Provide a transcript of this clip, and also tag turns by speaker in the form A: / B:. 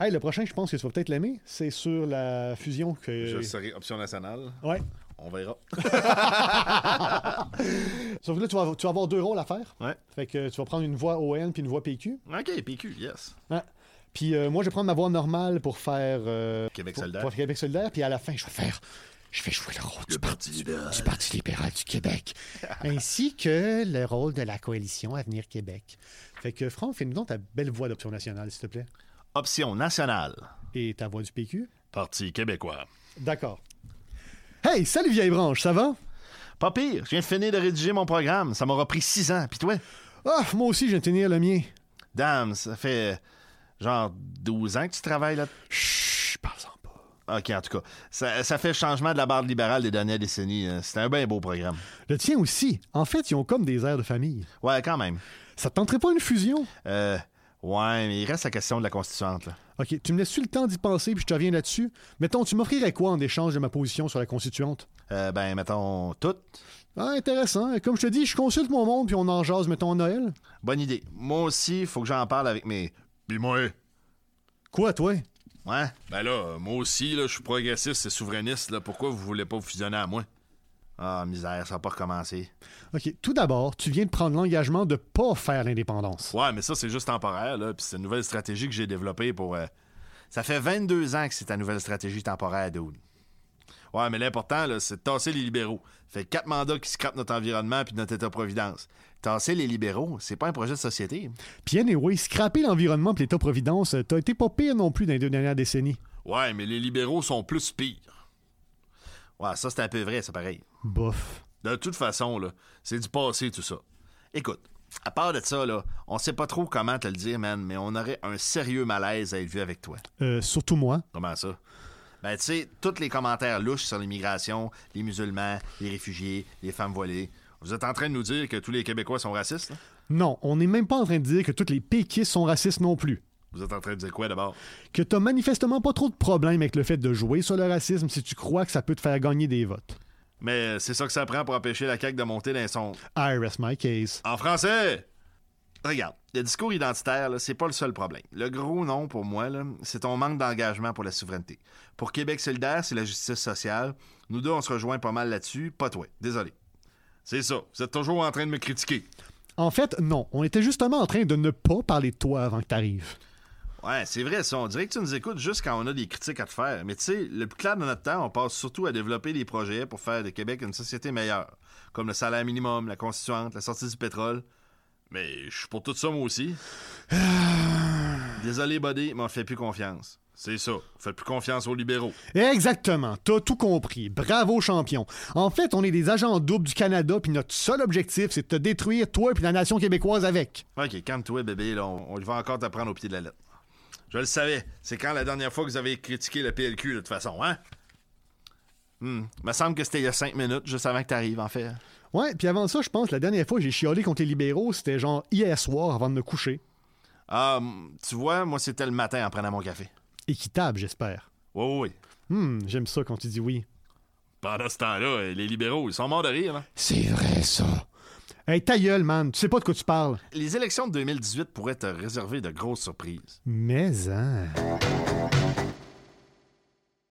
A: Hey, le prochain, je pense que tu vas peut-être l'aimer. C'est sur la fusion que.
B: Je serai option nationale.
A: Ouais.
B: On verra.
A: Sauf que là, tu vas, tu vas avoir deux rôles à faire.
B: Ouais.
A: Fait que tu vas prendre une voix ON puis une voix PQ.
B: OK, PQ, yes.
A: Hein? Puis euh, moi, je vais prendre ma voix normale pour faire. euh,
B: Québec
A: pour-
B: solidaire.
A: Pour, Québec solidaire. Puis à la fin, je vais faire. Je vais jouer le rôle du, parti, du Parti libéral du Québec. ainsi que le rôle de la coalition Avenir Québec. Fait que, Franck, fais-nous donc ta belle voix d'option nationale, s'il te plaît.
B: Option nationale.
A: Et ta voix du PQ.
B: Parti québécois.
A: D'accord. Hey, salut vieille branche, ça va?
B: Pas pire, je viens de finir de rédiger mon programme. Ça m'aura pris six ans. Puis toi?
A: Ah, moi aussi, je viens de tenir le mien.
B: Dame, ça fait genre 12 ans que tu travailles là.
A: Chut, parle-en pas.
B: OK, en tout cas, ça, ça fait le changement de la barre libérale des dernières décennies. hein. C'était un bien beau programme.
A: Le tien aussi. En fait, ils ont comme des airs de famille.
B: Ouais, quand même.
A: Ça te tenterait pas une fusion?
B: Euh, ouais, mais il reste la question de la constituante. là.
A: Ok, tu me laisses-tu le temps d'y penser puis je te reviens là-dessus? Mettons, tu m'offrirais quoi en échange de ma position sur la constituante?
B: Euh, ben, mettons, tout.
A: Ah, intéressant. Comme je te dis, je consulte mon monde puis on en jase, mettons, à Noël.
B: Bonne idée. Moi aussi, faut que j'en parle avec mes... Puis moi,
A: Quoi, toi?
B: Ouais. Ben là, euh, moi aussi, là, je suis progressiste et souverainiste. Là. Pourquoi vous voulez pas vous fusionner à moi? Ah, misère, ça va pas recommencer.
A: Ok, tout d'abord, tu viens de prendre l'engagement de pas faire l'indépendance.
B: Ouais, mais ça, c'est juste temporaire, là. Puis c'est une nouvelle stratégie que j'ai développée pour. euh, Ça fait 22 ans que c'est ta nouvelle stratégie temporaire, dude. Ouais, mais l'important, là, c'est de tasser les libéraux. Fait quatre mandats qui scrapent notre environnement puis notre État-providence. Tasser les libéraux, c'est pas un projet de société.
A: Puis anyway, scraper l'environnement puis l'État-providence, euh, t'as été pas pire non plus dans les deux dernières décennies.
B: Ouais, mais les libéraux sont plus pires. Ouais, ça, c'est un peu vrai, c'est pareil.
A: Bof.
B: De toute façon, là, c'est du passé, tout ça. Écoute, à part de ça, là, on sait pas trop comment te le dire, man, mais on aurait un sérieux malaise à élever avec toi.
A: Euh, surtout moi.
B: Comment ça? Ben, tu sais, tous les commentaires louches sur l'immigration, les musulmans, les réfugiés, les femmes voilées. Vous êtes en train de nous dire que tous les Québécois sont racistes? là?
A: Non, on n'est même pas en train de dire que toutes les péquistes sont racistes non plus.
B: Vous êtes en train de dire quoi d'abord?
A: Que t'as manifestement pas trop de problèmes avec le fait de jouer sur le racisme si tu crois que ça peut te faire gagner des votes.
B: Mais euh, c'est ça que ça prend pour empêcher la CAQ de monter dans son.
A: I rest my case.
B: En français! Regarde, le discours identitaire, là, c'est pas le seul problème. Le gros nom pour moi, là, c'est ton manque d'engagement pour la souveraineté. Pour Québec solidaire, c'est la justice sociale. Nous deux, on se rejoint pas mal là-dessus. Pas toi. Désolé. C'est ça. Vous êtes toujours en train de me critiquer.
A: En fait, non, on était justement en train de ne pas parler de toi avant que t'arrives.
B: Ouais, c'est vrai, ça. On dirait que tu nous écoutes juste quand on a des critiques à te faire. Mais tu sais, le plus clair de notre temps, on passe surtout à développer des projets pour faire de Québec une société meilleure. Comme le salaire minimum, la constituante, la sortie du pétrole. Mais je suis pour tout ça, moi aussi. Désolé, Buddy, mais on fait plus confiance. C'est ça. Faites plus confiance aux libéraux.
A: Exactement, t'as tout compris. Bravo champion. En fait, on est des agents doubles du Canada, puis notre seul objectif, c'est de te détruire, toi puis la nation québécoise avec.
B: OK, calme-toi, bébé. Là, on, on va encore te prendre au pied de la lettre. Je le savais. C'est quand la dernière fois que vous avez critiqué le PLQ, de toute façon, hein? Hmm. Me semble que c'était il y a cinq minutes, juste avant que t'arrives, en fait.
A: Ouais, puis avant ça, je pense, la dernière fois que j'ai chiolé contre les libéraux, c'était genre hier soir avant de me coucher.
B: Ah, m- tu vois, moi, c'était le matin en prenant mon café.
A: Équitable, j'espère.
B: Oui, oui, oui.
A: Hmm, j'aime ça quand tu dis oui.
B: Pendant ce temps-là, euh, les libéraux, ils sont morts de rire. hein.
A: C'est vrai, ça. Hey, ta gueule, man. Tu sais pas de quoi tu parles.
B: Les élections de 2018 pourraient te réserver de grosses surprises.
A: Mais, hein.